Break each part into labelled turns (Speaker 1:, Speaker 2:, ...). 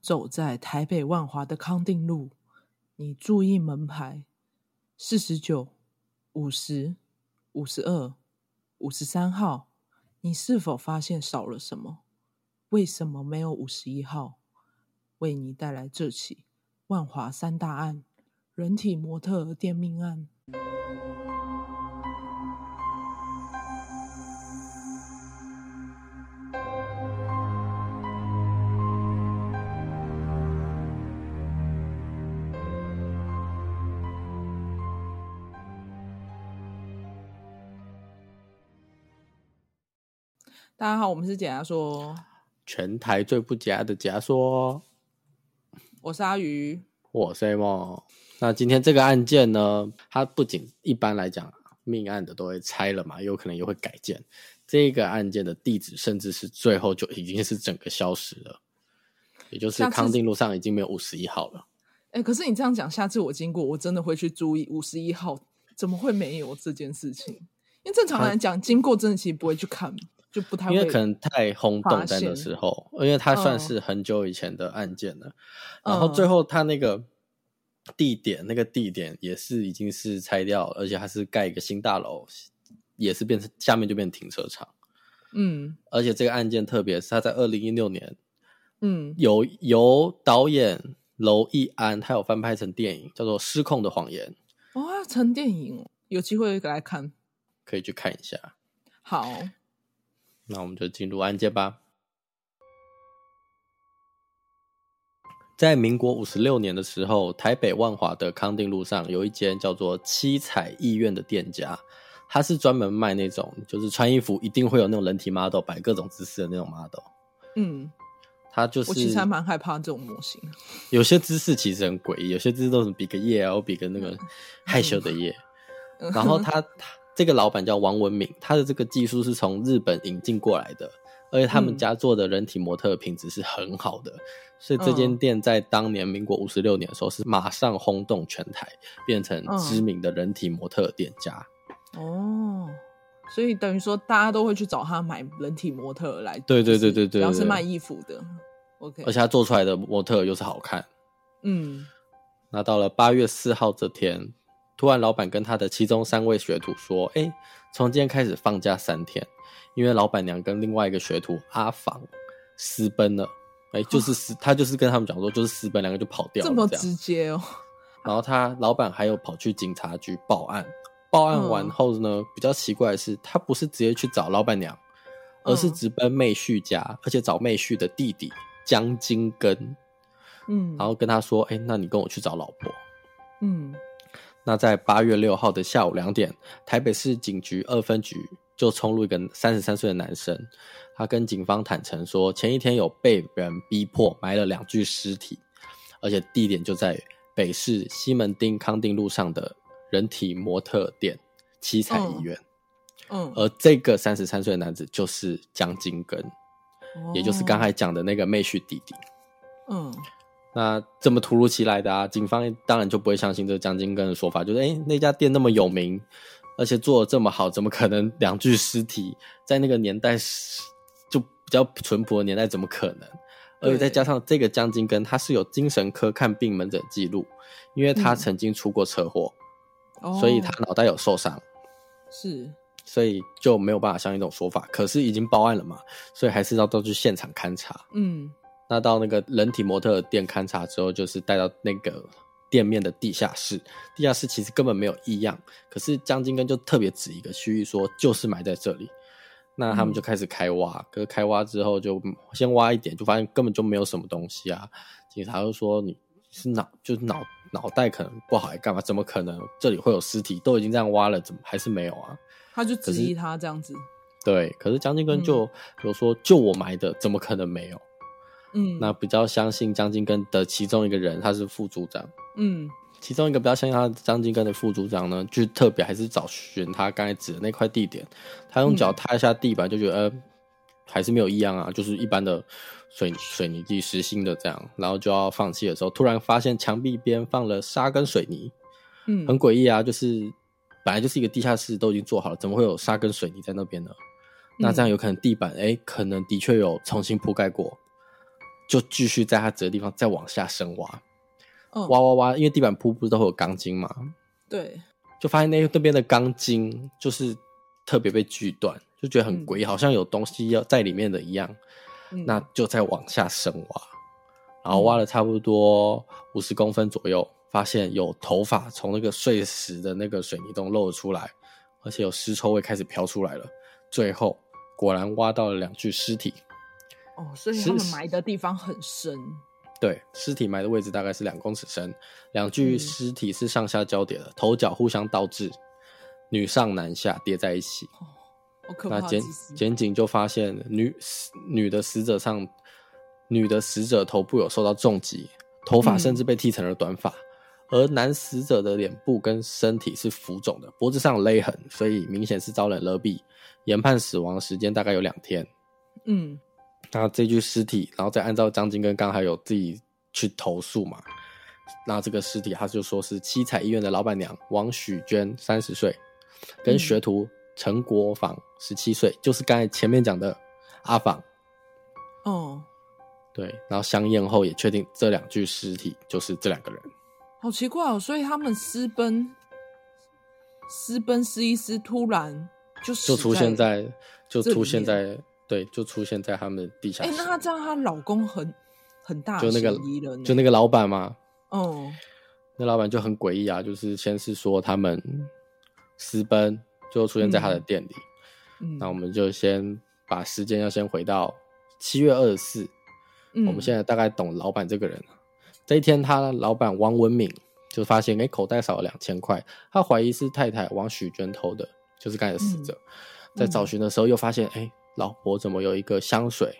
Speaker 1: 走在台北万华的康定路，你注意门牌：四十九、五十、五十二、五十三号。你是否发现少了什么？为什么没有五十一号？为你带来这起万华三大案——人体模特儿店命案。大家好，我们是解压说，
Speaker 2: 全台最不假的假说，哦
Speaker 1: 我是阿鱼。
Speaker 2: 我是 A 梦。那今天这个案件呢，它不仅一般来讲命案的都会拆了嘛，有可能也会改建。这个案件的地址甚至是最后就已经是整个消失了，也就是
Speaker 1: 下次
Speaker 2: 康定路上已经没有五十一号了。
Speaker 1: 哎、可是你这样讲，下次我经过，我真的会去注意五十一号，怎么会没有这件事情？因为正常来讲，经过真的其实不会去看，就不太会。
Speaker 2: 因为可能太轰动
Speaker 1: 发
Speaker 2: 在
Speaker 1: 现
Speaker 2: 那时候，因为它算
Speaker 1: 嗯
Speaker 2: 是很久以前的案件了。
Speaker 1: 嗯
Speaker 2: 然后最后它那个地点，那个地点也是已经是拆掉了，而且它是盖一个新大楼，也是变成下面就变停车场。
Speaker 1: 嗯
Speaker 2: 而且这个案件特别是他在二零一六年
Speaker 1: 嗯
Speaker 2: 有由导演娄艺安，他有翻拍成电影叫做《失控的谎言》，
Speaker 1: 哇，成电影哦有机会来看。
Speaker 2: 可以去看一下。
Speaker 1: 好，
Speaker 2: 那我们就进入案件吧。在民国五十六年的时候，台北万华的康定路上有一间叫做七彩艺苑的店家，它是专门卖那种就是穿衣服一定会有那种人体 model 摆各种姿势的那种 model。
Speaker 1: 嗯，
Speaker 2: 它就是
Speaker 1: 我其实还蛮害怕这种模型。
Speaker 2: 有些姿势其实很诡异，有些姿势都是比个耶啊，或比个那个害羞的耶。
Speaker 1: 嗯
Speaker 2: 然后他他这个老板叫王文敏，他的这个技术是从日本引进过来的，而且他们
Speaker 1: 嗯
Speaker 2: 家做的人体模特品质是很好的，所以这间
Speaker 1: 嗯
Speaker 2: 店在当年民国五十六年的时候是马上轰动全台，变成
Speaker 1: 嗯
Speaker 2: 知名的人体模特店家。
Speaker 1: 哦，所以等于说大家都会去找他买人体模特儿来。
Speaker 2: 对对
Speaker 1: 就是
Speaker 2: 对对对
Speaker 1: 只要是
Speaker 2: 对
Speaker 1: 卖衣服的，OK
Speaker 2: 而。且他做出来的模特又是好看。
Speaker 1: 嗯
Speaker 2: 那到了八月四号这天，突然老板跟他的其中三位学徒说：“哎、从今天开始放假三天，因为老板娘跟另外一个学徒阿房私奔了。哎、就是私，他就是跟他们讲说，就是私奔，两个就跑掉了
Speaker 1: 这么
Speaker 2: 这样
Speaker 1: 直接哦。
Speaker 2: 然后他老板还有跑去警察局报案，报案完
Speaker 1: 嗯
Speaker 2: 后呢，比较奇怪的是，他不是直接去找老板娘，而是
Speaker 1: 嗯
Speaker 2: 直奔妹婿家，而且找妹婿的弟弟江金根，
Speaker 1: 嗯，
Speaker 2: 然后跟他说：“哎、那你跟我去找老婆。”
Speaker 1: 嗯
Speaker 2: 那在八月六号的下午两点，台北市警局二分局就冲入一个三十三岁的男生，他跟警方坦诚说，前一天有被人逼迫埋了两具尸体，而且地点就在北市西门町康定路上的人体模特店七彩医院，
Speaker 1: 嗯，
Speaker 2: 而这个三十三岁的男子就是江金根，
Speaker 1: 嗯
Speaker 2: 也就是刚才讲的那个妹婿弟弟。
Speaker 1: 哦嗯。
Speaker 2: 那这么突如其来的啊，警方当然就不会相信这个江金根的说法，就是哎、诶那家店那么有名，而且做的这么好，怎么可能两具尸体在那个年代是就比较淳朴的年代，怎么可能？而且再
Speaker 1: 对
Speaker 2: 加上这个江金根，他是有精神科看病门诊记录，因为他
Speaker 1: 嗯
Speaker 2: 曾经出过车祸，
Speaker 1: 哦，
Speaker 2: 所以他脑袋有受伤，
Speaker 1: 是
Speaker 2: 所以就没有办法相信这种说法。可是已经报案了嘛，所以还是要到去现场勘查。
Speaker 1: 嗯
Speaker 2: 那到那个人体模特儿店勘察之后，就是带到那个店面的地下室。地下室其实根本没有异样，可是江金根就特别指一个区域说，就是埋在这里。那他们就开始开挖，可是开挖之后就先挖一点，就发现根本就没有什么东西啊。警察就说你是脑就是脑脑袋可能不好还干嘛？怎么可能这里会有尸体？都已经这样挖了，怎么还是没有啊？
Speaker 1: 他就质疑他这样子，
Speaker 2: 对，可是江金根就有说，就我埋的，怎么可能没有？
Speaker 1: 嗯，
Speaker 2: 那比较相信江金根的其中一个人，他是副组长。
Speaker 1: 嗯
Speaker 2: 其中一个比较相信他的江金根的副组长呢，就特别还是找寻他刚才指的那块地点，他用脚踏一下地板就觉得、呃还是没有异样啊，就是一般的水水泥地实心的这样，然后就要放弃的时候，突然发现墙壁边放了沙跟水泥，
Speaker 1: 嗯，
Speaker 2: 很诡异啊，就是本来就是一个地下室，都已经做好了，怎么会有沙跟水泥在
Speaker 1: 嗯
Speaker 2: 那边呢？那这样有可能地板，哎、可能的确有重新铺盖过，就继续在它折的地方再往下深挖，
Speaker 1: 嗯，
Speaker 2: 挖挖挖，因为地板铺不是都会有钢筋嘛，
Speaker 1: 对，
Speaker 2: 就发现那那边的钢筋就是特别被锯断，就觉得很
Speaker 1: 嗯
Speaker 2: 诡异，好像有东西要在里面的一样。
Speaker 1: 嗯
Speaker 2: 那就再往下深挖，然后挖了差不多五十公分左右，发现有头发从那个碎石的那个水泥洞露出来，而且有尸臭味开始飘出来了。最后果然挖到了两具尸体，
Speaker 1: 哦，所以
Speaker 2: 是
Speaker 1: 他们
Speaker 2: 是
Speaker 1: 埋的地方很深，
Speaker 2: 对，尸体埋的位置大概是两公尺深，两具
Speaker 1: 嗯
Speaker 2: 尸体是上下交叠的，头脚互相倒置，女上男下叠在一起。
Speaker 1: 好可
Speaker 2: 那
Speaker 1: 怕
Speaker 2: 检
Speaker 1: 其实
Speaker 2: 检警就发现女死女的死者上，女的死者头部有受到重击，头发
Speaker 1: 嗯
Speaker 2: 甚至被剃成了短发，而男死者的脸部跟身体是浮肿的，脖子上勒痕，所以明显是遭人勒毙。研判死亡时间大概有两天。
Speaker 1: 嗯
Speaker 2: 那这具尸体，然后再按照张金跟刚还有自己去投诉嘛。那这个尸体，他就说是七彩医院的老板娘王许娟，三十岁，跟
Speaker 1: 嗯
Speaker 2: 学徒陈国坊十七岁，就是刚才前面讲的阿坊。
Speaker 1: 哦，
Speaker 2: 对，然后相验后也确定这两具尸体就是这两个人。
Speaker 1: 好奇怪哦，所以他们私奔，私奔撕一撕，突然就就
Speaker 2: 就出现在就
Speaker 1: 这里
Speaker 2: 出现
Speaker 1: 面
Speaker 2: 在对，就出现在他们的地下
Speaker 1: 哎、
Speaker 2: 室。
Speaker 1: 那她这样，她老公很很大
Speaker 2: 就那个
Speaker 1: 嫌疑人呢，欸
Speaker 2: 就那个老板嘛，
Speaker 1: 哦，
Speaker 2: 那老板就很诡异啊，就是先是说他们私奔，最后出现在他的店里。
Speaker 1: 嗯，
Speaker 2: 那我们就先把时间要先回到七月二十四。
Speaker 1: 嗯
Speaker 2: 我们现在大概懂老板这个人了。这一天，他老板王文敏就发现，哎、口袋少了两千块，他怀疑是太太王许娟偷的，就是刚才的死者。
Speaker 1: 嗯
Speaker 2: 在找寻的时候，又发现，哎、老婆怎么有一个香水，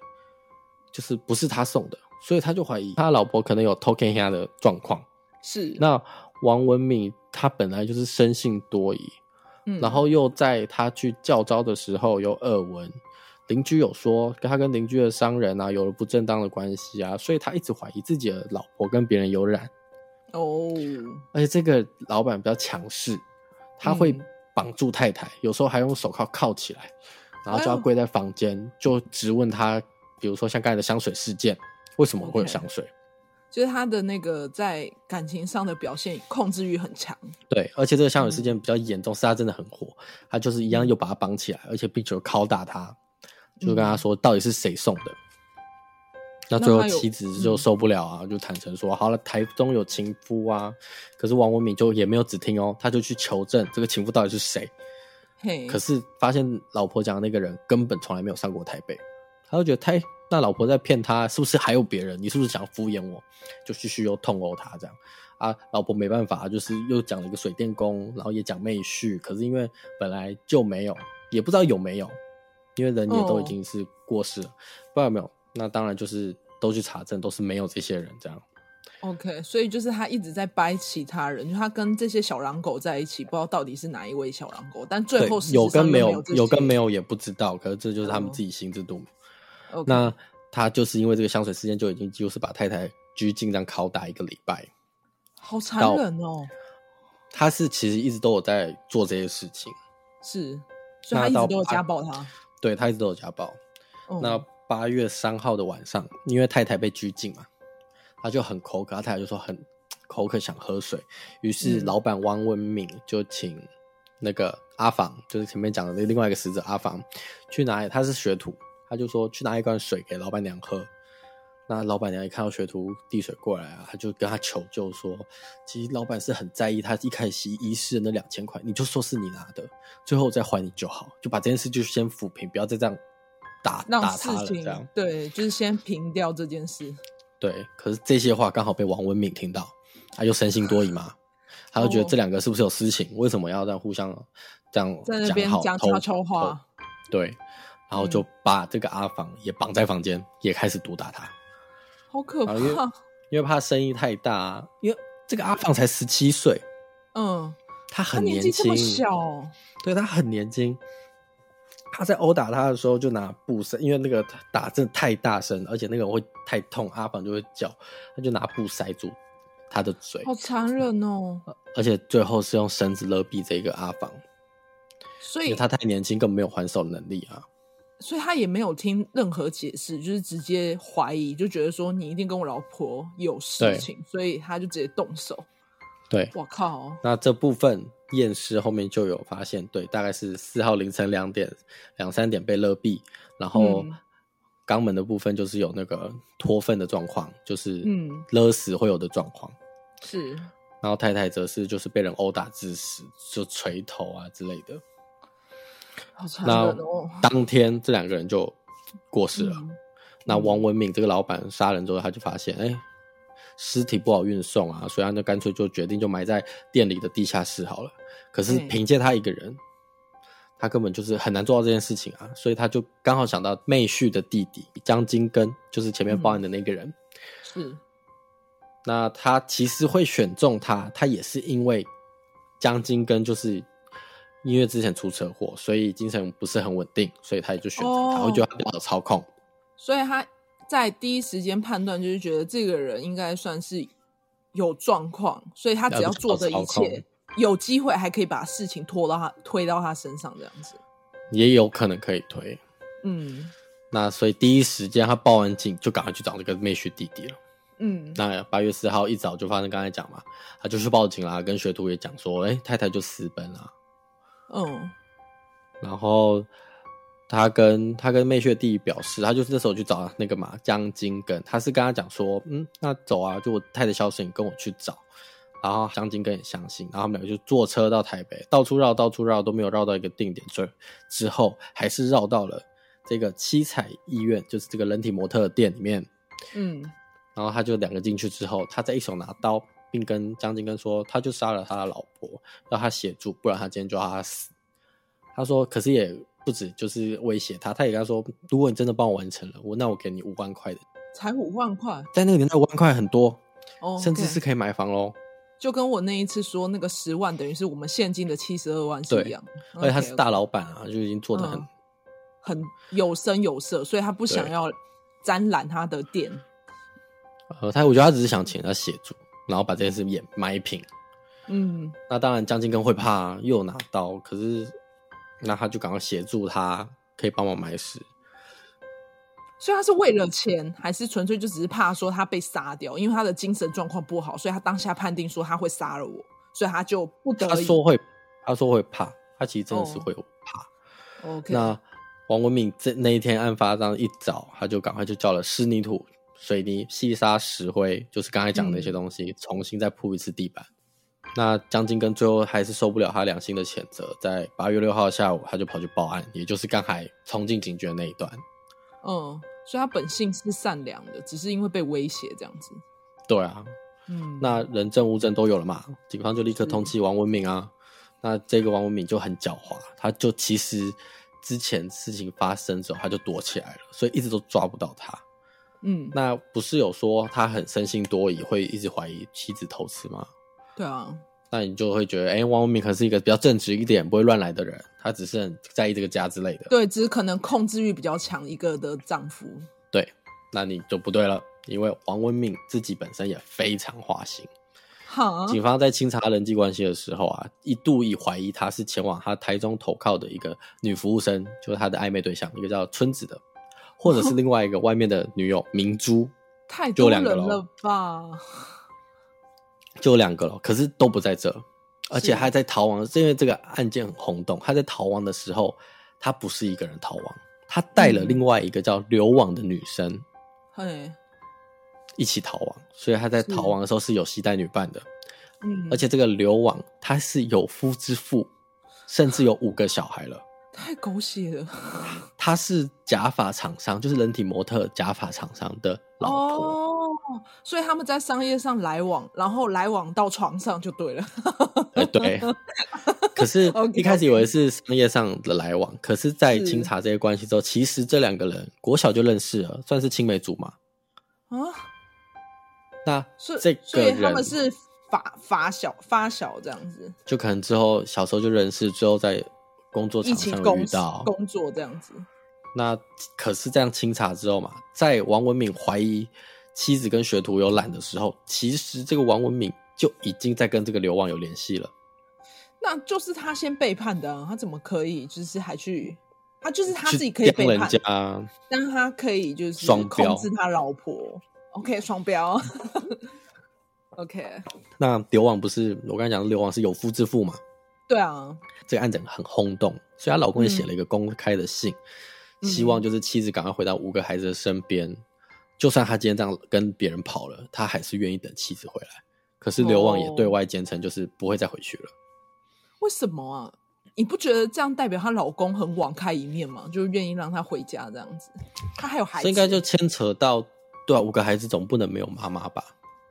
Speaker 2: 就是不是他送的，所以他就怀疑他老婆可能有偷看下的状况。
Speaker 1: 是
Speaker 2: 那王文敏他本来就是生性多疑，
Speaker 1: 嗯
Speaker 2: 然后又在他去叫招的时候有耳闻，邻居有说他跟邻居的商人啊有了不正当的关系啊，所以他一直怀疑自己的老婆跟别人有染，
Speaker 1: 哦，
Speaker 2: 而且这个老板比较强势，他会
Speaker 1: 嗯
Speaker 2: 绑住太太，有时候还用手铐铐起来，然
Speaker 1: 哎
Speaker 2: 后
Speaker 1: 呦
Speaker 2: 叫他跪在房间，就质问他，比如说像刚才的香水事件，为什么会有
Speaker 1: OK
Speaker 2: 香水？
Speaker 1: 就是她的那个在感情上的表现控制欲很强，
Speaker 2: 对，而且这个香水
Speaker 1: 嗯
Speaker 2: 事件比较严重，是他真的很火，他就是一样又把他绑起来，而且并且有拷打他，就跟他说到底是谁送的。那
Speaker 1: 嗯那
Speaker 2: 最后
Speaker 1: 他有嗯
Speaker 2: 妻子就受不了啊，就坦诚说好了，台中有情夫啊，可是王文敏就也没有只听哦，他就去求证这个情夫到底是谁，
Speaker 1: 嘿，
Speaker 2: 可是发现老婆讲的那个人根本从来没有上过台北，他就觉得他那老婆在骗他，是不是还有别人？你是不是想敷衍我？就继续又痛殴他这样啊，老婆没办法，就是又讲了一个水电工，然后也讲妹婿，可是因为本来就没有，也不知道有没有，因为人也都已经是过世了，不知道有没有。那当然就是都去查证，都是没有这些人这样。
Speaker 1: OK，所以就是他一直在掰其他人，就他跟这些小狼狗在一起，不知道到底是哪一位小狼狗，但最
Speaker 2: 对
Speaker 1: 后事，实
Speaker 2: 有跟
Speaker 1: 上
Speaker 2: 没
Speaker 1: 又
Speaker 2: 有，有跟没
Speaker 1: 有
Speaker 2: 有也不知道，可是这就是他们
Speaker 1: 哦
Speaker 2: 自己心知肚明。
Speaker 1: 这些。
Speaker 2: 那他就是因为这个香水事件，就已经就是把太太拘禁这样拷打一个礼拜。
Speaker 1: 好残忍哦，
Speaker 2: 他是其实一直都有在做这些事情，
Speaker 1: 是，所以他
Speaker 2: 那
Speaker 1: 一
Speaker 2: 到
Speaker 1: 直都有
Speaker 2: 八
Speaker 1: 家暴他。
Speaker 2: 对他一直都有家暴。
Speaker 1: 哦
Speaker 2: 那八月三号的晚上，因为太太被拘禁嘛，他就很口渴，他太太就说很口渴想喝水，于是
Speaker 1: 嗯
Speaker 2: 老板汪文敏就请那个阿房，就是前面讲的那另外一个死者阿房，去拿他是学徒，他就说去拿一罐水给老板娘喝。那老板娘一看到学徒递水过来啊，他就跟他求救说，其实老板是很在意他一开始遗失的那两千块，你就说是你拿的，最后我再还你就好，就把这件事就先抚平，不要再这样打
Speaker 1: 让
Speaker 2: 打
Speaker 1: 事
Speaker 2: 他了这
Speaker 1: 情
Speaker 2: 样。
Speaker 1: 对，就是先平掉这件事。
Speaker 2: 对，可是这些话刚好被王文敏听到，他又深信多疑嘛，他就觉得
Speaker 1: 哦
Speaker 2: 这两个是不是有私情？为什么要这样互相这样
Speaker 1: 在那边
Speaker 2: 好
Speaker 1: 讲
Speaker 2: 偷
Speaker 1: 悄嗯悄话？
Speaker 2: 偷对，然后就把这个阿房也绑在房间，也开始毒打他，
Speaker 1: 好可
Speaker 2: 啊因为
Speaker 1: 怕。
Speaker 2: 因为怕生意太大、啊，因为这个阿房才十七岁，
Speaker 1: 嗯，
Speaker 2: 他
Speaker 1: 他
Speaker 2: 很
Speaker 1: 年纪这
Speaker 2: 轻，
Speaker 1: 么小哦，
Speaker 2: 对他很年轻。他在殴打他的时候，就拿布塞，因为那个打真的太大声，而且那个人会太痛，阿房就会叫，他就拿布塞住他的嘴，
Speaker 1: 好残忍哦。
Speaker 2: 而且最后是用绳子勒毙这个阿房，
Speaker 1: 所
Speaker 2: 因
Speaker 1: 以
Speaker 2: 为他太年轻，根本没有还手能力啊。
Speaker 1: 所以他也没有听任何解释，就是直接怀疑，就觉得说你一定跟我老婆有事
Speaker 2: 对
Speaker 1: 情，所以他就直接动手。
Speaker 2: 对，
Speaker 1: 我靠！
Speaker 2: 那这部分验尸后面就有发现，对，大概是四号凌晨两点、两三点被勒毙，然后
Speaker 1: 嗯
Speaker 2: 肛门的部分就是有那个脱粪的状况，就是
Speaker 1: 嗯
Speaker 2: 勒死会有的状况。
Speaker 1: 是
Speaker 2: 然后太太则是就是被人殴打致死，就锤头啊之类的。
Speaker 1: 好残忍
Speaker 2: 那啊
Speaker 1: 哦。
Speaker 2: 当天这两个人就过世了。
Speaker 1: 嗯
Speaker 2: 那王文敏这个老板杀人之后，他就发现，哎、尸体不好运送啊，所以他就干脆就决定就埋在店里的地下室好了。可是
Speaker 1: 对
Speaker 2: 凭借他一个人，他根本就是很难做到这件事情啊，所以他就刚好想到妹婿的弟弟江金根，就是
Speaker 1: 嗯
Speaker 2: 前面报案的那个人。
Speaker 1: 是
Speaker 2: 那他其实会选中他，他也是因为江金根就是因为之前出车祸，所以精神不是很稳定，所以他也就选择他，
Speaker 1: 哦
Speaker 2: 会觉得他比较好操控。
Speaker 1: 所以他在第一时间判断就是觉得这个人应该算是有状况，所以他只要做的一
Speaker 2: 要不就
Speaker 1: 切，有机会还可以把事情拖到他推到他身上这样子。
Speaker 2: 也有可能可以推。
Speaker 1: 嗯
Speaker 2: 那所以第一时间他报完警就赶快去找那个妹婿弟弟了。
Speaker 1: 嗯，
Speaker 2: 那八月四号一早就发生刚才讲嘛，他就去报警啦，跟学徒也讲说，哎、太太就私奔啦。
Speaker 1: 嗯
Speaker 2: 然后他跟他跟妹婿弟弟表示，他就是那时候去找啊那个嘛江金根，他是跟他讲说，嗯，那走啊，就我太太消失，你跟我去找。然后江金根也相信，然后他们两个就坐车到台北，到处绕，到处绕，都没有绕到一个定点之之后，还是绕到了这个七彩医院，就是这个人体模特的店里面。
Speaker 1: 嗯，
Speaker 2: 然后他就两个进去之后，他再一手拿刀，并跟江金根说，他就杀了他的老婆，让他协助，不然他今天就要他死。他说，可是也不止就是威胁他，他也跟他说，如果你真的帮我完成了，我那我给你五万块的，
Speaker 1: 才五万块
Speaker 2: 在那个年代五万块很多，
Speaker 1: 哦，
Speaker 2: 甚至
Speaker 1: OK
Speaker 2: 是可以买房喽。
Speaker 1: 就跟我那一次说那个十万等于是我们现金的七十二万是一样的，
Speaker 2: 而且他是
Speaker 1: OK，OK
Speaker 2: 大老板啊，就已经做的很、
Speaker 1: 嗯很有声有色，所以他不想
Speaker 2: 对
Speaker 1: 要沾染他的店。
Speaker 2: 呃，他我觉得他只是想请他协助，然后把这件事也埋平。
Speaker 1: 嗯
Speaker 2: 那当然，江金根会怕啊，又有拿刀，可是那他就赶快协助他，可以帮忙买屎。
Speaker 1: 所以他是为了钱，还是纯粹就只是怕说他被杀掉？因为他的精神状况不好，所以他当下判定说他会杀了我，所以他就不得
Speaker 2: 他
Speaker 1: 已。
Speaker 2: 说会，他说会怕，他其实真的是
Speaker 1: 哦
Speaker 2: 会有怕。
Speaker 1: OK，
Speaker 2: 那王文敏这那一天案发当一早，他就赶快就叫了湿泥土、水泥、细沙、石灰，就是刚才讲的
Speaker 1: 嗯
Speaker 2: 那些东西，重新再铺一次地板。那江金根最后还是受不了他良心的谴责，在八月六号下午，他就跑去报案，也就是刚才冲进警局的那一段。
Speaker 1: 嗯，所以他本性是善良的，只是因为被威胁这样子。
Speaker 2: 对啊，
Speaker 1: 嗯，
Speaker 2: 那人证物证都有了嘛，警方就立刻
Speaker 1: 是
Speaker 2: 通缉王文敏啊。那这个王文敏就很狡猾，他就其实之前事情发生之后，他就躲起来了，所以一直都抓不到他。
Speaker 1: 嗯，
Speaker 2: 那不是有说他很身心多疑，会一直怀疑妻子偷吃吗？
Speaker 1: 对啊，
Speaker 2: 那你就会觉得，哎、王文敏可能是一个比较正直一点、不会乱来的人，他只是很在意这个家之类的。
Speaker 1: 对，只是可能控制欲比较强一个的丈夫。
Speaker 2: 对，那你就不对了，因为王文敏自己本身也非常花心。
Speaker 1: 哈，
Speaker 2: 警方在清查人际关系的时候啊，一度已怀疑他是前往他台中投靠的一个女服务生，就是他的暧昧对象，一个叫春子的，或
Speaker 1: 哦
Speaker 2: 者是另外一个外面的女友明珠，
Speaker 1: 太
Speaker 2: 就
Speaker 1: 多
Speaker 2: 两
Speaker 1: 人
Speaker 2: 个咯
Speaker 1: 了吧？
Speaker 2: 就两个了。可是都不在这，而且他在逃亡，是因为这个案件很轰动。他在逃亡的时候，他不是一个人逃亡，他带了
Speaker 1: 嗯
Speaker 2: 另外一个叫刘网的女生
Speaker 1: 嘿，
Speaker 2: 一起逃亡，所以他在
Speaker 1: 是
Speaker 2: 逃亡的时候是有携带女伴的。
Speaker 1: 嗯，
Speaker 2: 而且这个刘网他是有夫之妇，甚至有五个小孩了。
Speaker 1: 太狗血了。
Speaker 2: 她是假发厂商，就是人体模特假发厂商的老婆。
Speaker 1: 哦，所以他们在商业上来往，然后来往到床上就对了。
Speaker 2: 哎、 对。可是
Speaker 1: OK，OK
Speaker 2: 一开始以为是商业上的来往，可是，在
Speaker 1: 是
Speaker 2: 清查这些关系之后，其实这两个人国小就认识了，算是青梅竹马。
Speaker 1: 啊，
Speaker 2: 那
Speaker 1: 所以
Speaker 2: 这
Speaker 1: 所
Speaker 2: 个
Speaker 1: 以他
Speaker 2: 人
Speaker 1: 们是发发小发小这样子，
Speaker 2: 就可能之后小时候就认识，之后在工作
Speaker 1: 一
Speaker 2: 场
Speaker 1: 起
Speaker 2: 上
Speaker 1: 工
Speaker 2: 遇到。
Speaker 1: 工作这样子。
Speaker 2: 那可是这样清查之后嘛，在王文敏怀疑妻子跟学徒有染的时候，其实这个王文敏就已经在跟这个刘旺有联系了。
Speaker 1: 那就是他先背叛的、啊，他怎么可以就是还去他就是他自己
Speaker 2: 去
Speaker 1: 可以
Speaker 2: 刁
Speaker 1: 背
Speaker 2: 人
Speaker 1: 叛，
Speaker 2: 家，
Speaker 1: 但他可以就是
Speaker 2: 双标
Speaker 1: 控制他老婆。OK，双标。OK，
Speaker 2: 那刘旺不是我刚才讲的刘旺是有夫之妇嘛？
Speaker 1: 对啊，
Speaker 2: 这个案子很轰动，所以她老公也写了一个公开的信，
Speaker 1: 嗯
Speaker 2: 希望就是妻子赶快回到五个孩子的身边。就算他今天这样跟别人跑了，他还是愿意等妻子回来。可是刘旺也
Speaker 1: 哦
Speaker 2: 对外坚称，就是不会再回去了。
Speaker 1: 为什么啊？你不觉得这样代表她老公很网开一面吗？就愿意让她回家这样子，她还有孩子，
Speaker 2: 这应该就牵扯到，对啊，五个孩子总不能没有妈妈吧？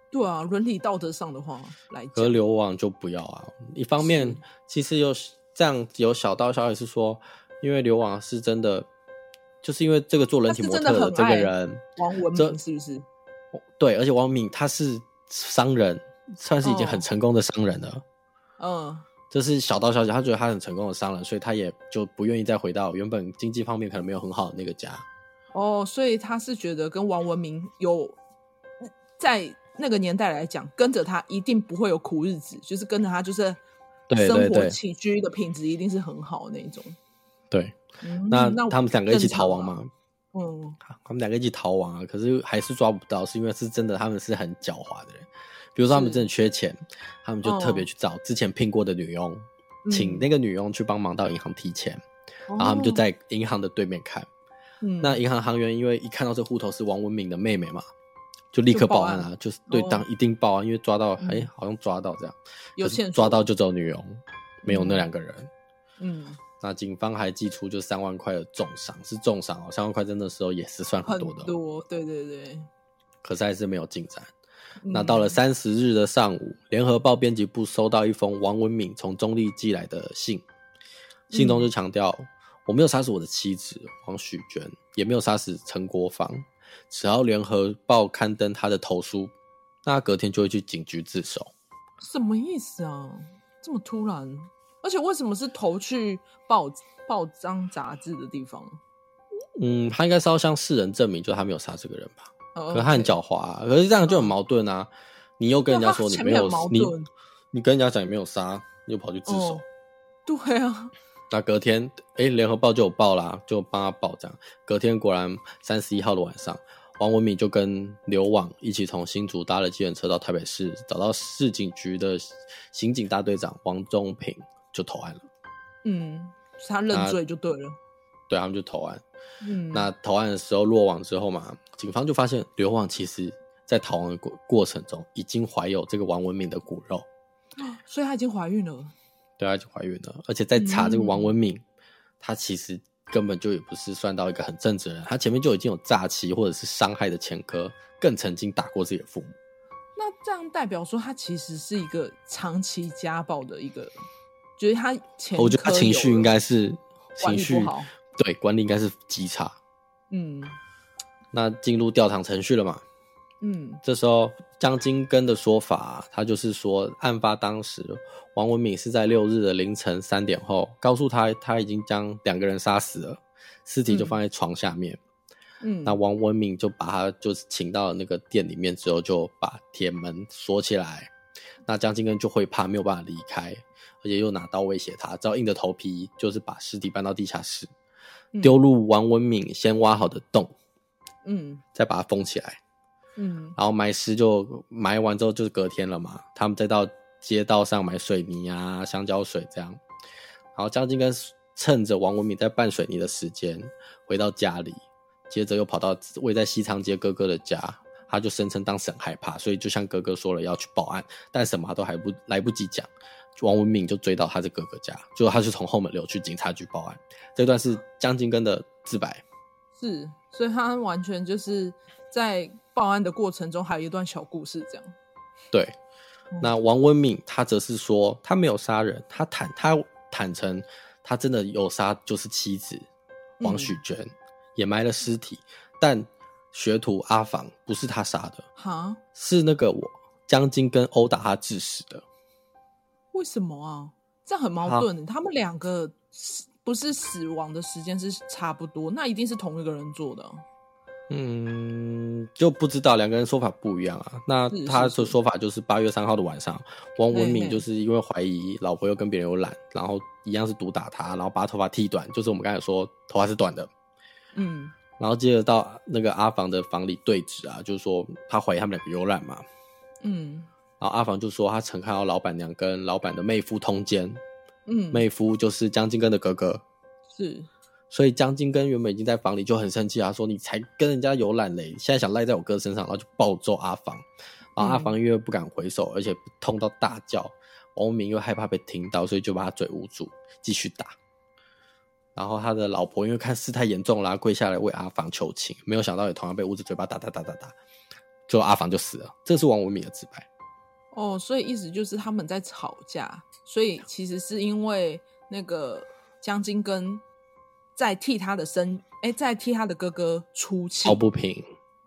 Speaker 1: 对啊，伦理道德上的话来
Speaker 2: 可是
Speaker 1: 讲，
Speaker 2: 刘旺就不要啊。一方面
Speaker 1: 是，
Speaker 2: 其实有这样有小道消息是说，因为刘旺是真的，就是因为这个做人体模特的这
Speaker 1: 他
Speaker 2: 个
Speaker 1: 是真的很爱
Speaker 2: 人，
Speaker 1: 王文
Speaker 2: 这
Speaker 1: 明是不是？
Speaker 2: 对，而且王敏他是商人，算是已经很
Speaker 1: 哦
Speaker 2: 成功的商人了。
Speaker 1: 嗯，
Speaker 2: 这是小道消息，他觉得他很成功的商人，所以他也就不愿意再回到原本经济方面可能没有很好的那个家。
Speaker 1: 哦，所以她是觉得跟王文明有在那个年代来讲，跟着他一定不会有苦日子，就是跟着他就是
Speaker 2: 对
Speaker 1: 生
Speaker 2: 对
Speaker 1: 活
Speaker 2: 对
Speaker 1: 起居的品质一定是很好的那一种。
Speaker 2: 对，
Speaker 1: 嗯
Speaker 2: 那
Speaker 1: 我
Speaker 2: 他们两个一起逃亡
Speaker 1: 正常啊？
Speaker 2: 嘛？
Speaker 1: 嗯，
Speaker 2: 他们两个一起逃亡啊，可是还是抓不到，是因为是真的，他们是很狡猾的人。比如说他们
Speaker 1: 是
Speaker 2: 真的缺钱，他们就特别去找之前聘过的女佣，请那个女佣去帮忙到银行提钱，然后他们就
Speaker 1: 哦
Speaker 2: 在银行的对面看。
Speaker 1: 嗯
Speaker 2: 那银行行员因为一看到这户头是王文敏的妹妹嘛，就立刻
Speaker 1: 就
Speaker 2: 报
Speaker 1: 报
Speaker 2: 案
Speaker 1: 案
Speaker 2: 啊，就是对
Speaker 1: 哦
Speaker 2: 当一定报案，因为抓到哎、
Speaker 1: 嗯
Speaker 2: 好像抓到这样，
Speaker 1: 有
Speaker 2: 可是
Speaker 1: 线
Speaker 2: 抓
Speaker 1: 索
Speaker 2: 到就只有女佣，没有那
Speaker 1: 嗯
Speaker 2: 两个人。
Speaker 1: 嗯
Speaker 2: 那警方还寄出就三万块的重伤，是重伤哦，三万块在那时候也是算很
Speaker 1: 很
Speaker 2: 多的哦、
Speaker 1: 多，对对对。
Speaker 2: 可是还是没有进展。那到了
Speaker 1: 嗯
Speaker 2: 三十日的上午，联合报编辑部收到一封王文敏从中立寄来的信，信中
Speaker 1: 嗯
Speaker 2: 就强调、我没有杀死我的妻子黄许娟，也没有杀死陈国芳，只要联合报刊登他的投书，那他隔天就会去警局自首。
Speaker 1: 什么意思啊？这么突然，而且为什么是投去报报章杂志的地方？
Speaker 2: 嗯，他应该是要向世人证明，就他没有杀这个人吧？
Speaker 1: 呃
Speaker 2: 可是他很狡猾、啊，可是这样就很矛盾啊！你又跟人家说
Speaker 1: 对
Speaker 2: 你
Speaker 1: 他
Speaker 2: 没
Speaker 1: 前
Speaker 2: 有
Speaker 1: 面很矛
Speaker 2: 你
Speaker 1: 盾，
Speaker 2: 你跟人家讲你没有杀，你又跑去自首。
Speaker 1: 哦对啊，
Speaker 2: 那隔天，哎，联合报就有报啦，就帮他报这样。隔天果然三十一号的晚上，王文敏就跟刘往一起从新竹搭了计程车到台北市，找到市警局的刑警大队长王忠平就投案了。
Speaker 1: 嗯，就是他认罪就对了。
Speaker 2: 对他们就投案。
Speaker 1: 嗯，
Speaker 2: 那投案的时候落网之后嘛，警方就发现刘往其实在逃亡的过过程中已经怀有这个王文敏的骨肉，
Speaker 1: 所以她已经怀孕了。
Speaker 2: 对，她啊就怀孕了，而且在查这个
Speaker 1: 嗯
Speaker 2: 王文敏，她其实根本就也不是算到一个很正直的人，她前面就已经有诈欺或者是伤害的前科，更曾经打过自己的父母。
Speaker 1: 那这样代表说，她其实是一个长期家暴的一个，觉得她前
Speaker 2: 哦我觉得她
Speaker 1: 科
Speaker 2: 情
Speaker 1: 有
Speaker 2: 绪应该是
Speaker 1: 管理
Speaker 2: 情绪
Speaker 1: 不好。
Speaker 2: 对管理应该是极差。
Speaker 1: 嗯
Speaker 2: 那进入调查程序了嘛？
Speaker 1: 嗯
Speaker 2: 这时候江金根的说法，他就是说，案发当时王文敏是在六日的凌晨三点后，告诉他他已经将两个人杀死了，尸体就放在床下面。
Speaker 1: 嗯，
Speaker 2: 那王文敏就把他就是请到那个店里面之后，就把铁门锁起来。那江金根就会怕，没有办法离开，而且又拿刀威胁他，只好硬着头皮就是把尸体搬到地下室，
Speaker 1: 嗯
Speaker 2: 丢入王文敏先挖好的洞，
Speaker 1: 嗯
Speaker 2: 再把它封起来。
Speaker 1: 嗯
Speaker 2: 然后埋尸就埋完之后就是隔天了嘛，他们再到街道上买水泥啊、香蕉水这样。然后江金根趁着王文敏在拌水泥的时间回到家里，接着又跑到位在西昌街哥哥的家，他就声称当时很害怕，所以就像哥哥说了要去报案，但什么都还不来不及讲，王文敏就追到他的哥哥家，最后他是从后门溜去警察局报案。这段是江金根的自白。
Speaker 1: 是，所以她完全就是在报案的过程中，还有一段小故事这样。
Speaker 2: 对
Speaker 1: 嗯，
Speaker 2: 那王文敏他则是说他没有杀人，他坦他坦诚他真的有杀，就是妻子王
Speaker 1: 嗯
Speaker 2: 许娟、也埋了尸体，但学徒阿房不是他杀的，
Speaker 1: 哈，
Speaker 2: 是那个我江金跟殴打他致死的。
Speaker 1: 为什么啊？这样很矛盾。欸他们两个死不是死亡的时间是差不多，那一定是同一个人做的啊。
Speaker 2: 嗯，就不知道两个人说法不一样啊。那
Speaker 1: 是是
Speaker 2: 他
Speaker 1: 是
Speaker 2: 的说法就是八月三号的晚上，王文
Speaker 1: 嘿嘿
Speaker 2: 敏就是因为怀疑老婆又跟别人有染，然后一样是毒打他，然后把他头发剃短，就是我们刚才说头发是短的。
Speaker 1: 嗯
Speaker 2: 然后接着到那个阿房的房里对质啊，就是说他怀疑他们两个有染嘛。
Speaker 1: 嗯
Speaker 2: 然后阿房就说他曾看到老板娘跟老板的妹夫通奸，
Speaker 1: 嗯，
Speaker 2: 妹夫就是江金根的哥哥。
Speaker 1: 是
Speaker 2: 所以江金根原本已经在房里就很生气啊，说你才跟人家有染嘞，现在想赖在我哥身上，然后就暴揍阿房，然后阿房因为不敢回手，而且痛到大叫，王文明又害怕被听到，所以就把他嘴捂住，继续打。然后他的老婆因为看事态严重啦，跪下来为阿房求情，没有想到也同样被捂着嘴巴打打打打打，最后阿房就死了。这是王文明的自白。
Speaker 1: 哦，所以意思就是他们在吵架，所以其实是因为那个江金根在替他的生，哎、在替他的哥哥出气
Speaker 2: 抱，不平，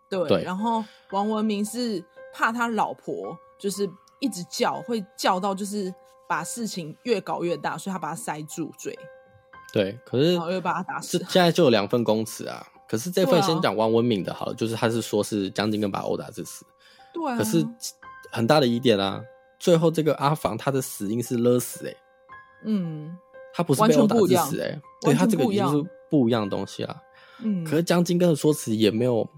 Speaker 1: 对，
Speaker 2: 对
Speaker 1: 然后王文明是怕他老婆就是一直叫，会叫到就是把事情越搞越大，所以他把他塞住嘴，
Speaker 2: 对，可是
Speaker 1: 然后又把他打死。
Speaker 2: 这现在就有两份供词啊。可是这
Speaker 1: 对
Speaker 2: 份
Speaker 1: 啊
Speaker 2: 先讲王文敏的好了，就是他是说是江金根把他殴打致死，
Speaker 1: 对啊，
Speaker 2: 可是很大的疑点啊，最后这个阿房他的死因是勒死、欸，
Speaker 1: 嗯
Speaker 2: 他不是
Speaker 1: 完
Speaker 2: 被
Speaker 1: 全
Speaker 2: 殴打
Speaker 1: 不一
Speaker 2: 致
Speaker 1: 样
Speaker 2: 死、欸，对
Speaker 1: 完全
Speaker 2: 他这个
Speaker 1: 不
Speaker 2: 已
Speaker 1: 一
Speaker 2: 经
Speaker 1: 样
Speaker 2: 是不一样的东西啊。
Speaker 1: 嗯，
Speaker 2: 可是江金根的说辞也没有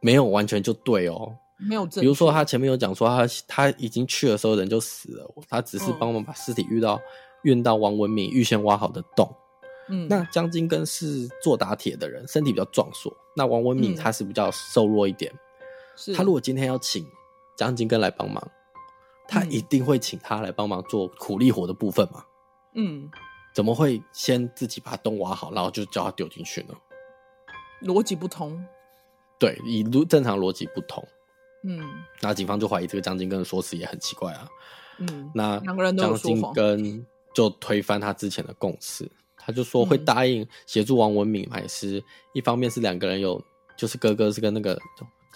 Speaker 2: 没有完全就对哦，
Speaker 1: 没有证据，
Speaker 2: 比如说他前面有讲说他他已经去的时候人就死了，他只是
Speaker 1: 嗯
Speaker 2: 帮忙把尸体运到运到王文敏预先挖好的洞，
Speaker 1: 嗯
Speaker 2: 那江金根是做打铁的人，身体比较壮硕。那王文
Speaker 1: 嗯
Speaker 2: 敏他是比较瘦弱一点。
Speaker 1: 是
Speaker 2: 他如果今天要请江金根来帮忙，他
Speaker 1: 嗯
Speaker 2: 一定会请他来帮忙做苦力活的部分嘛？
Speaker 1: 嗯
Speaker 2: 怎么会先自己把洞挖好，然后就叫他丢进去呢？
Speaker 1: 逻辑不通，
Speaker 2: 对，以路正常逻辑不同。
Speaker 1: 嗯
Speaker 2: 那警方就怀疑这个江金根的说辞也很奇怪啊。
Speaker 1: 嗯
Speaker 2: 那
Speaker 1: 两个人都有
Speaker 2: 江
Speaker 1: 说
Speaker 2: 金
Speaker 1: 谎
Speaker 2: 根就推翻他之前的共识，他就说会
Speaker 1: 嗯
Speaker 2: 答应协助王文敏买尸，一方面是两个人有就是哥哥是跟那个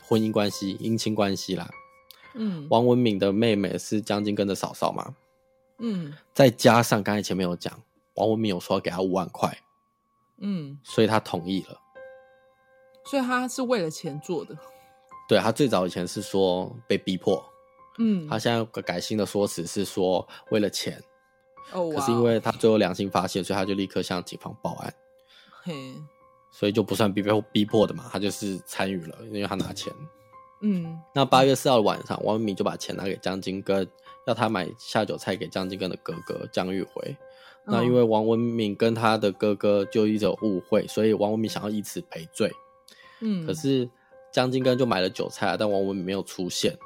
Speaker 2: 婚姻关系、姻亲关系啦，
Speaker 1: 嗯
Speaker 2: 王文敏的妹妹是江金根的嫂嫂嘛，
Speaker 1: 嗯
Speaker 2: 再加上刚才前面有讲，王文敏有说要给他五万块，
Speaker 1: 嗯，
Speaker 2: 所以他同意了。
Speaker 1: 所以他是为了钱做的，
Speaker 2: 对他最早以前是说被逼迫，
Speaker 1: 嗯，
Speaker 2: 他现在有个改新的说辞是说为了钱，
Speaker 1: 哦，
Speaker 2: 可
Speaker 1: 哇
Speaker 2: 是因为他最后良心发现，所以他就立刻向警方报案。
Speaker 1: 嘿，
Speaker 2: 所以就不算逼迫逼迫的嘛，他就是参与了，因为他拿钱。
Speaker 1: 嗯
Speaker 2: 那八月四号晚上，王文明就把钱拿给江金根，要他买下酒菜给江金根的哥哥江玉回。
Speaker 1: 嗯
Speaker 2: 那因为王文明跟他的哥哥就一直有误会，所以王文明想要以此赔罪。
Speaker 1: 嗯，
Speaker 2: 可是江金根就买了酒菜啊，但王文明没有出现。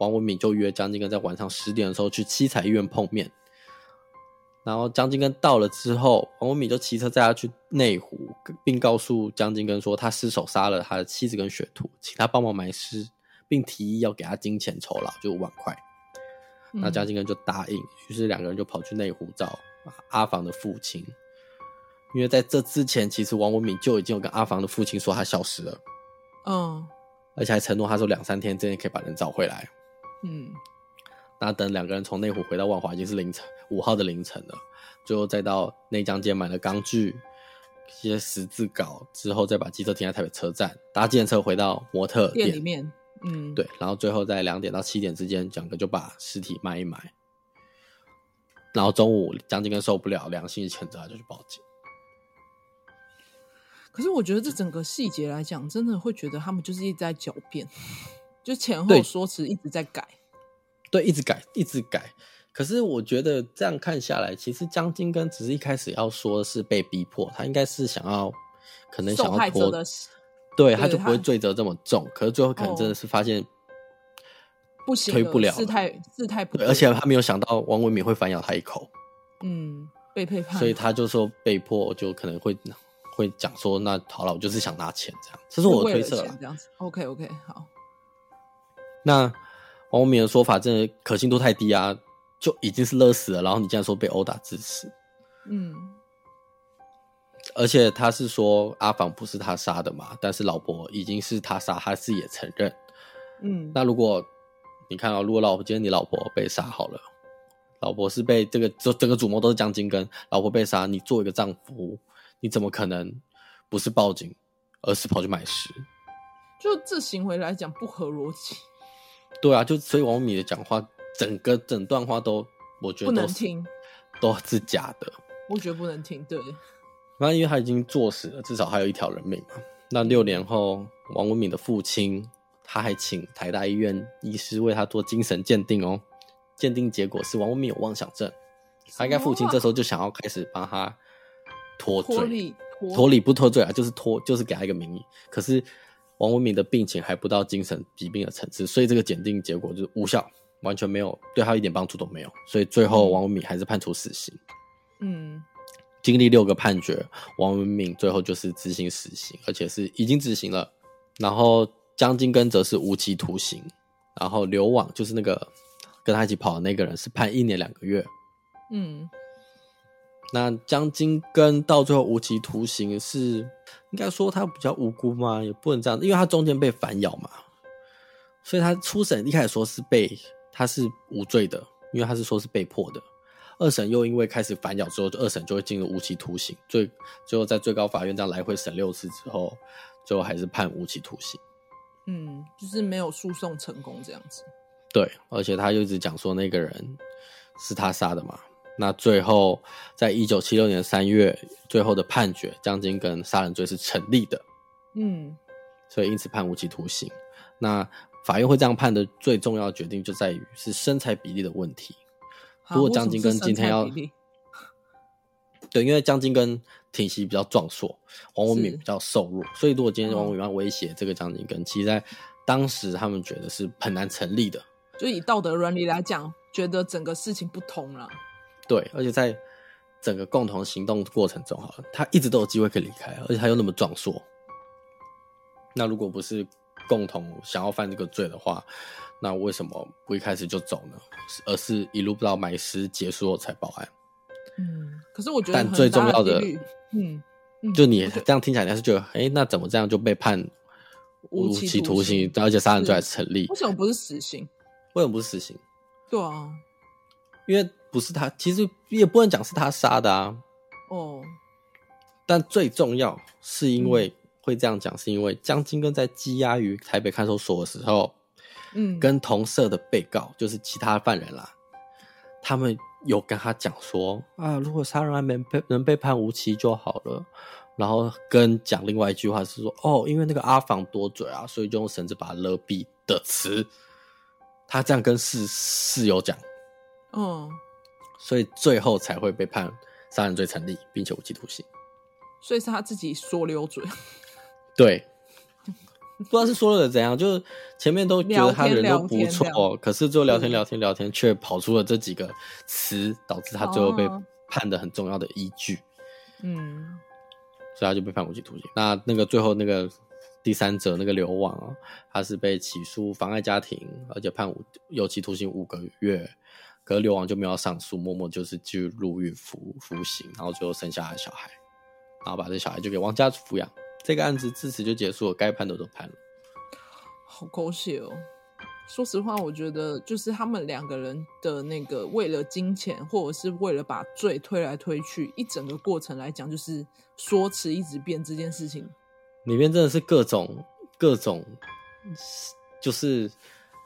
Speaker 2: 王文明就约江金根在晚上十点的时候去七彩医院碰面。然后江金根到了之后，王文明就骑车载他去内湖，并告诉江金根说他失手杀了他的妻子跟学徒，请他帮忙埋尸，并提议要给他金钱酬劳，就五万块。那
Speaker 1: 嗯
Speaker 2: 江金根就答应，于是两个人就跑去内湖找阿房的父亲，因为在这之前，其实王文明就已经有跟阿房的父亲说他消失了。
Speaker 1: 嗯
Speaker 2: 而且还承诺他说两三天之内可以把人找回来。
Speaker 1: 嗯
Speaker 2: 那等两个人从内湖回到万华已经是凌晨五号的凌晨了，最后再到内江街买了钢锯、一些十字镐，之后再把机车停在台北车站，搭计程车回到模特店
Speaker 1: 店里。面，嗯
Speaker 2: 对，然后最后在两点到七点之间，两个就把尸体埋一埋。然后中午江金根受不了，良心谴责他就去报警。
Speaker 1: 可是我觉得这整个细节来讲，真的会觉得他们就是一直在狡辩， 就前后
Speaker 2: 对
Speaker 1: 说辞一直在改。
Speaker 2: 对，一直改，一直改。可是我觉得这样看下来，其实江金根只是一开始要说是被逼迫，他应该是想要，可能想
Speaker 1: 受
Speaker 2: 要
Speaker 1: 害者
Speaker 2: 脱，
Speaker 1: 的
Speaker 2: 对，
Speaker 1: 对
Speaker 2: 他就不
Speaker 1: 他
Speaker 2: 会罪责这么重。可是最后可能
Speaker 1: 哦
Speaker 2: 真的是发现，
Speaker 1: 不行，
Speaker 2: 推不了
Speaker 1: 事态事态不
Speaker 2: 对，
Speaker 1: 对，
Speaker 2: 而且他没有想到王文敏会反咬他一口，
Speaker 1: 嗯被背叛，
Speaker 2: 所以他就说被迫就可能会会讲说，那好了，我就是想拿钱这样，这是我
Speaker 1: 为
Speaker 2: 的推
Speaker 1: 了
Speaker 2: 测啊
Speaker 1: 钱
Speaker 2: 啦。
Speaker 1: 这样子。OK OK，好，
Speaker 2: 那王文敏的说法真的可信度太低啊，就已经是勒死了，然后你竟然说被殴打致死，
Speaker 1: 嗯
Speaker 2: 而且他是说阿房不是他杀的嘛，但是老婆已经是他杀，他自己也承认。
Speaker 1: 嗯
Speaker 2: 那如果你看到、如果老婆今天你老婆被杀好了，老婆是被这个整整个主谋都是江金根，老婆被杀，你作为一个丈夫，你怎么可能不是报警，而是跑去买尸？
Speaker 1: 就这行为来讲不合逻辑，
Speaker 2: 对啊，就所以王敏的讲话，整个整段话都我觉得
Speaker 1: 不能
Speaker 2: 都是
Speaker 1: 听，
Speaker 2: 都是假的。
Speaker 1: 我觉得不能听。对，
Speaker 2: 那因为他已经作死了，至少还有一条人命嘛。那六年后，王文敏的父亲他还请台大医院医师为他做精神鉴定哦，鉴定结果是王文敏有妄想症。他应该父亲这时候就想要开始帮他脱罪，
Speaker 1: 脱离脱
Speaker 2: 脱离不脱罪啊，就是脱，就是给他一个名义。可是王文敏的病情还不到精神疾病的层次，所以这个检定结果就是无效，完全没有对他一点帮助都没有。所以最后
Speaker 1: 嗯
Speaker 2: 王文敏还是判处死刑。
Speaker 1: 嗯
Speaker 2: 经历六个判决，王文敏最后就是执行死刑，而且是已经执行了。然后江金根则是无期徒刑，然后刘往就是那个跟他一起跑的那个人是判一年两个月。
Speaker 1: 嗯，
Speaker 2: 那江金根到最后无期徒刑是，应该说他比较无辜吗？也不能这样，因为他中间被反咬嘛，所以他初审一开始说是被他是无罪的，因为他是说是被迫的。二审又因为开始反咬之后，二审就会进入无期徒刑，最最后在最高法院这样来回审六次之后，最后还是判无期徒刑。
Speaker 1: 嗯，就是没有诉讼成功这样子。
Speaker 2: 对，而且他就一直讲说那个人是他杀的嘛。那最后，在一九七六年三月，最后的判决，江金根杀人罪是成立的，
Speaker 1: 嗯
Speaker 2: 所以因此判无期徒刑。那法院会这样判的最重要的决定就在于是身材比例的问题。
Speaker 1: 啊
Speaker 2: 如果
Speaker 1: 为
Speaker 2: 张
Speaker 1: 什么
Speaker 2: 金
Speaker 1: 是
Speaker 2: 根
Speaker 1: 身
Speaker 2: 今天
Speaker 1: 材
Speaker 2: 要
Speaker 1: 比例
Speaker 2: 对，因为江金根体型比较壮硕，王文敏
Speaker 1: 是
Speaker 2: 比较瘦弱，所以如果今天
Speaker 1: 嗯
Speaker 2: 王文敏要威胁这个江金根，其实在当时他们觉得是很难成立的。
Speaker 1: 就以道德伦理来讲，觉得整个事情不通了。
Speaker 2: 对，而且在整个共同行动过程中，哈，他一直都有机会可以离开，而且他又那么壮硕。那如果不是共同想要犯这个罪的话，那为什么不一开始就走呢？是而是一路到埋尸结束后才报案？
Speaker 1: 嗯，可是我觉得
Speaker 2: 但
Speaker 1: 很
Speaker 2: 最重
Speaker 1: 大
Speaker 2: 要
Speaker 1: 的
Speaker 2: 的
Speaker 1: 几率，嗯，嗯
Speaker 2: 就你这样听起来，你还是觉得，哎、那怎么这样就被判
Speaker 1: 无
Speaker 2: 无
Speaker 1: 期
Speaker 2: 期
Speaker 1: 徒
Speaker 2: 徒
Speaker 1: 刑
Speaker 2: 刑，而且杀人罪还
Speaker 1: 是
Speaker 2: 成立
Speaker 1: 为？什么不是死刑？
Speaker 2: 为什么不是死刑？
Speaker 1: 对啊，
Speaker 2: 因为不是他，其实也不能讲是他杀的啊。
Speaker 1: 哦，
Speaker 2: 但最重要是因为、会这样讲，是因为江金根在羁押于台北看守所的时候，
Speaker 1: 嗯，
Speaker 2: 跟同社的被告，就是其他犯人啦，他们有跟他讲说啊，如果杀人案没被能被判无期就好了。然后跟讲另外一句话是说，哦，因为那个阿房多嘴啊，所以就用绳子把他勒毙的词。他这样跟室室友讲，
Speaker 1: 嗯，
Speaker 2: 所以最后才会被判杀人罪成立，并且无期徒刑。
Speaker 1: 所以是他自己说溜嘴，
Speaker 2: 对，不知道是说了怎样，就是前面都觉得他人都不
Speaker 1: 聊天聊天聊
Speaker 2: 错，可是最后聊天
Speaker 1: 嗯
Speaker 2: 聊天聊天，却跑出了这几个词，导致他最后被
Speaker 1: 哦
Speaker 2: 判的很重要的依据，
Speaker 1: 嗯
Speaker 2: 所以他就被判无期徒刑。那那个最后那个第三者那个流亡啊，他是被起诉妨碍家庭，而且判无有期徒刑五个月。可是流亡就没有上诉，默默就是去入狱服服刑，然后最后生下他的小孩，然后把这小孩就给王家抚养。这个案子至此就结束了，该判的都判了。
Speaker 1: 好狗血哦。说实话，我觉得就是他们两个人的那个为了金钱，或者是为了把罪推来推去，一整个过程来讲，就是说辞一直变这件事情。
Speaker 2: 里面真的是各种各种，就是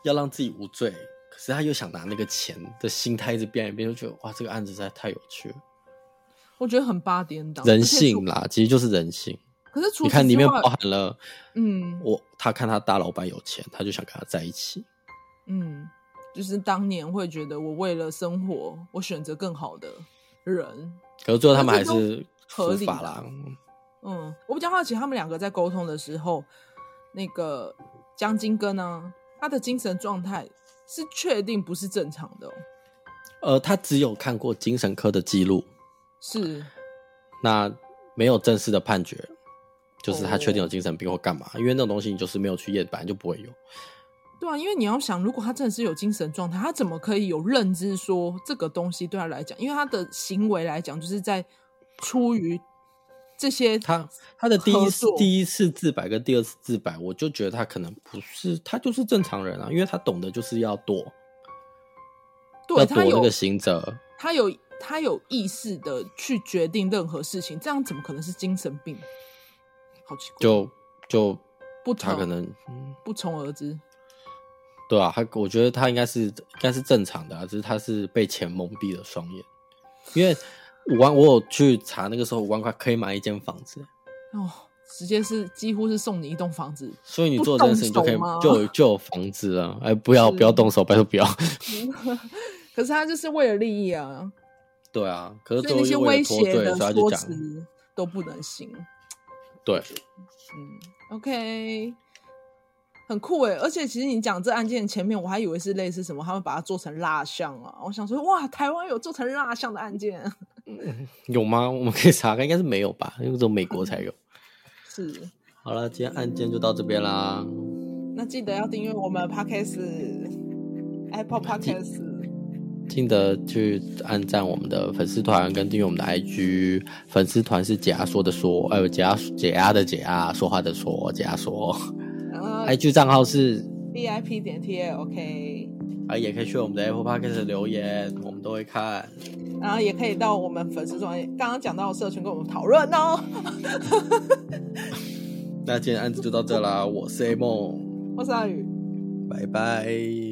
Speaker 2: 要让自己无罪，可是他又想拿那个钱的心态一直变来变，去，就觉得哇，这个案子实在太有趣了，
Speaker 1: 我觉得很八点档，
Speaker 2: 人
Speaker 1: 而且
Speaker 2: 性
Speaker 1: 除。
Speaker 2: 啦，其实就是人性。
Speaker 1: 可是除
Speaker 2: 你
Speaker 1: 此
Speaker 2: 看里
Speaker 1: 之
Speaker 2: 面
Speaker 1: 外
Speaker 2: 包含了
Speaker 1: 嗯
Speaker 2: 我，他看他大老板有钱，他就想跟他在一起，
Speaker 1: 嗯，就是当年会觉得我为了生活，我选择更好的人。
Speaker 2: 可是最后他们还
Speaker 1: 可是
Speaker 2: 是
Speaker 1: 都合
Speaker 2: 伏
Speaker 1: 理
Speaker 2: 法
Speaker 1: 的
Speaker 2: 啦。
Speaker 1: 嗯，我比较好奇他们两个在沟通的时候，那个江金根呢，他的精神状态是确定不是正常的哦、
Speaker 2: 呃，他只有看过精神科的记录，
Speaker 1: 是
Speaker 2: 那没有正式的判决，就是他
Speaker 1: 哦
Speaker 2: 确定有精神病或干嘛，因为那种东西你就是没有去验，本来就不会有。
Speaker 1: 对啊，因为你要想，如果他真的是有精神状态，他怎么可以有认知说这个东西对他来讲？因为他的行为来讲，就是在出于这些
Speaker 2: 他他的第一
Speaker 1: 合
Speaker 2: 次
Speaker 1: 作
Speaker 2: 第一次自白跟第二次自白，我就觉得他可能不是他就是正常人啊，因为他懂得就是要躲，
Speaker 1: 对
Speaker 2: 要
Speaker 1: 他
Speaker 2: 躲那
Speaker 1: 有
Speaker 2: 个刑责。
Speaker 1: 他有他有意识的去决定任何事情，这样怎么可能是精神病？好奇怪，
Speaker 2: 就就
Speaker 1: 不
Speaker 2: 他
Speaker 1: 同，
Speaker 2: 可能，嗯
Speaker 1: 不从而知。
Speaker 2: 对啊，他我觉得他应该是应该是正常的、啊，只是他是被钱蒙蔽了双眼，因为五万我有去查，那个时候五万块可以买一间房子，
Speaker 1: 哦，直接是几乎是送你一栋房子，
Speaker 2: 所以你做这件事情就可以
Speaker 1: 不动手吗
Speaker 2: 就有就有房子了。哎，不要
Speaker 1: 是
Speaker 2: 不要动手，拜托不要。
Speaker 1: 可是他就是为了利益啊，
Speaker 2: 对啊，可是
Speaker 1: 所以
Speaker 2: 最
Speaker 1: 那
Speaker 2: 后
Speaker 1: 些
Speaker 2: 又为
Speaker 1: 威
Speaker 2: 了
Speaker 1: 胁的
Speaker 2: 脱罪，所以他就
Speaker 1: 说
Speaker 2: 讲
Speaker 1: 辞都不能行。
Speaker 2: 对，
Speaker 1: 嗯，OK，很酷欸诶。而且其实你讲这案件前面，我还以为是类似什么，他们把它做成蜡像啊。我想说，哇，台湾有做成蜡像的案件，
Speaker 2: 有吗？ 我们可以查看，应该是没有吧？因为只有美国才有。
Speaker 1: 是。
Speaker 2: 好了，今天案件就到这边啦。
Speaker 1: 那记得要订阅我们 Podcast、Apple Podcast，
Speaker 2: 记得去按赞我们的粉丝团，跟订阅我们的 IG。粉丝团是解压说的说，呃，解压解压的解压，说话的说，解压说。
Speaker 1: 然后
Speaker 2: IG 账号是，
Speaker 1: VIP 点 TA，OK，、
Speaker 2: 啊，也可以去我们的 Apple Podcast 留言，我们都会看。
Speaker 1: 然后也可以到我们粉丝专业，刚刚讲到的社群跟我们讨论哦。
Speaker 2: 那今天案子就到这啦，我是 A 梦，
Speaker 1: 我是阿宇。
Speaker 2: 拜拜。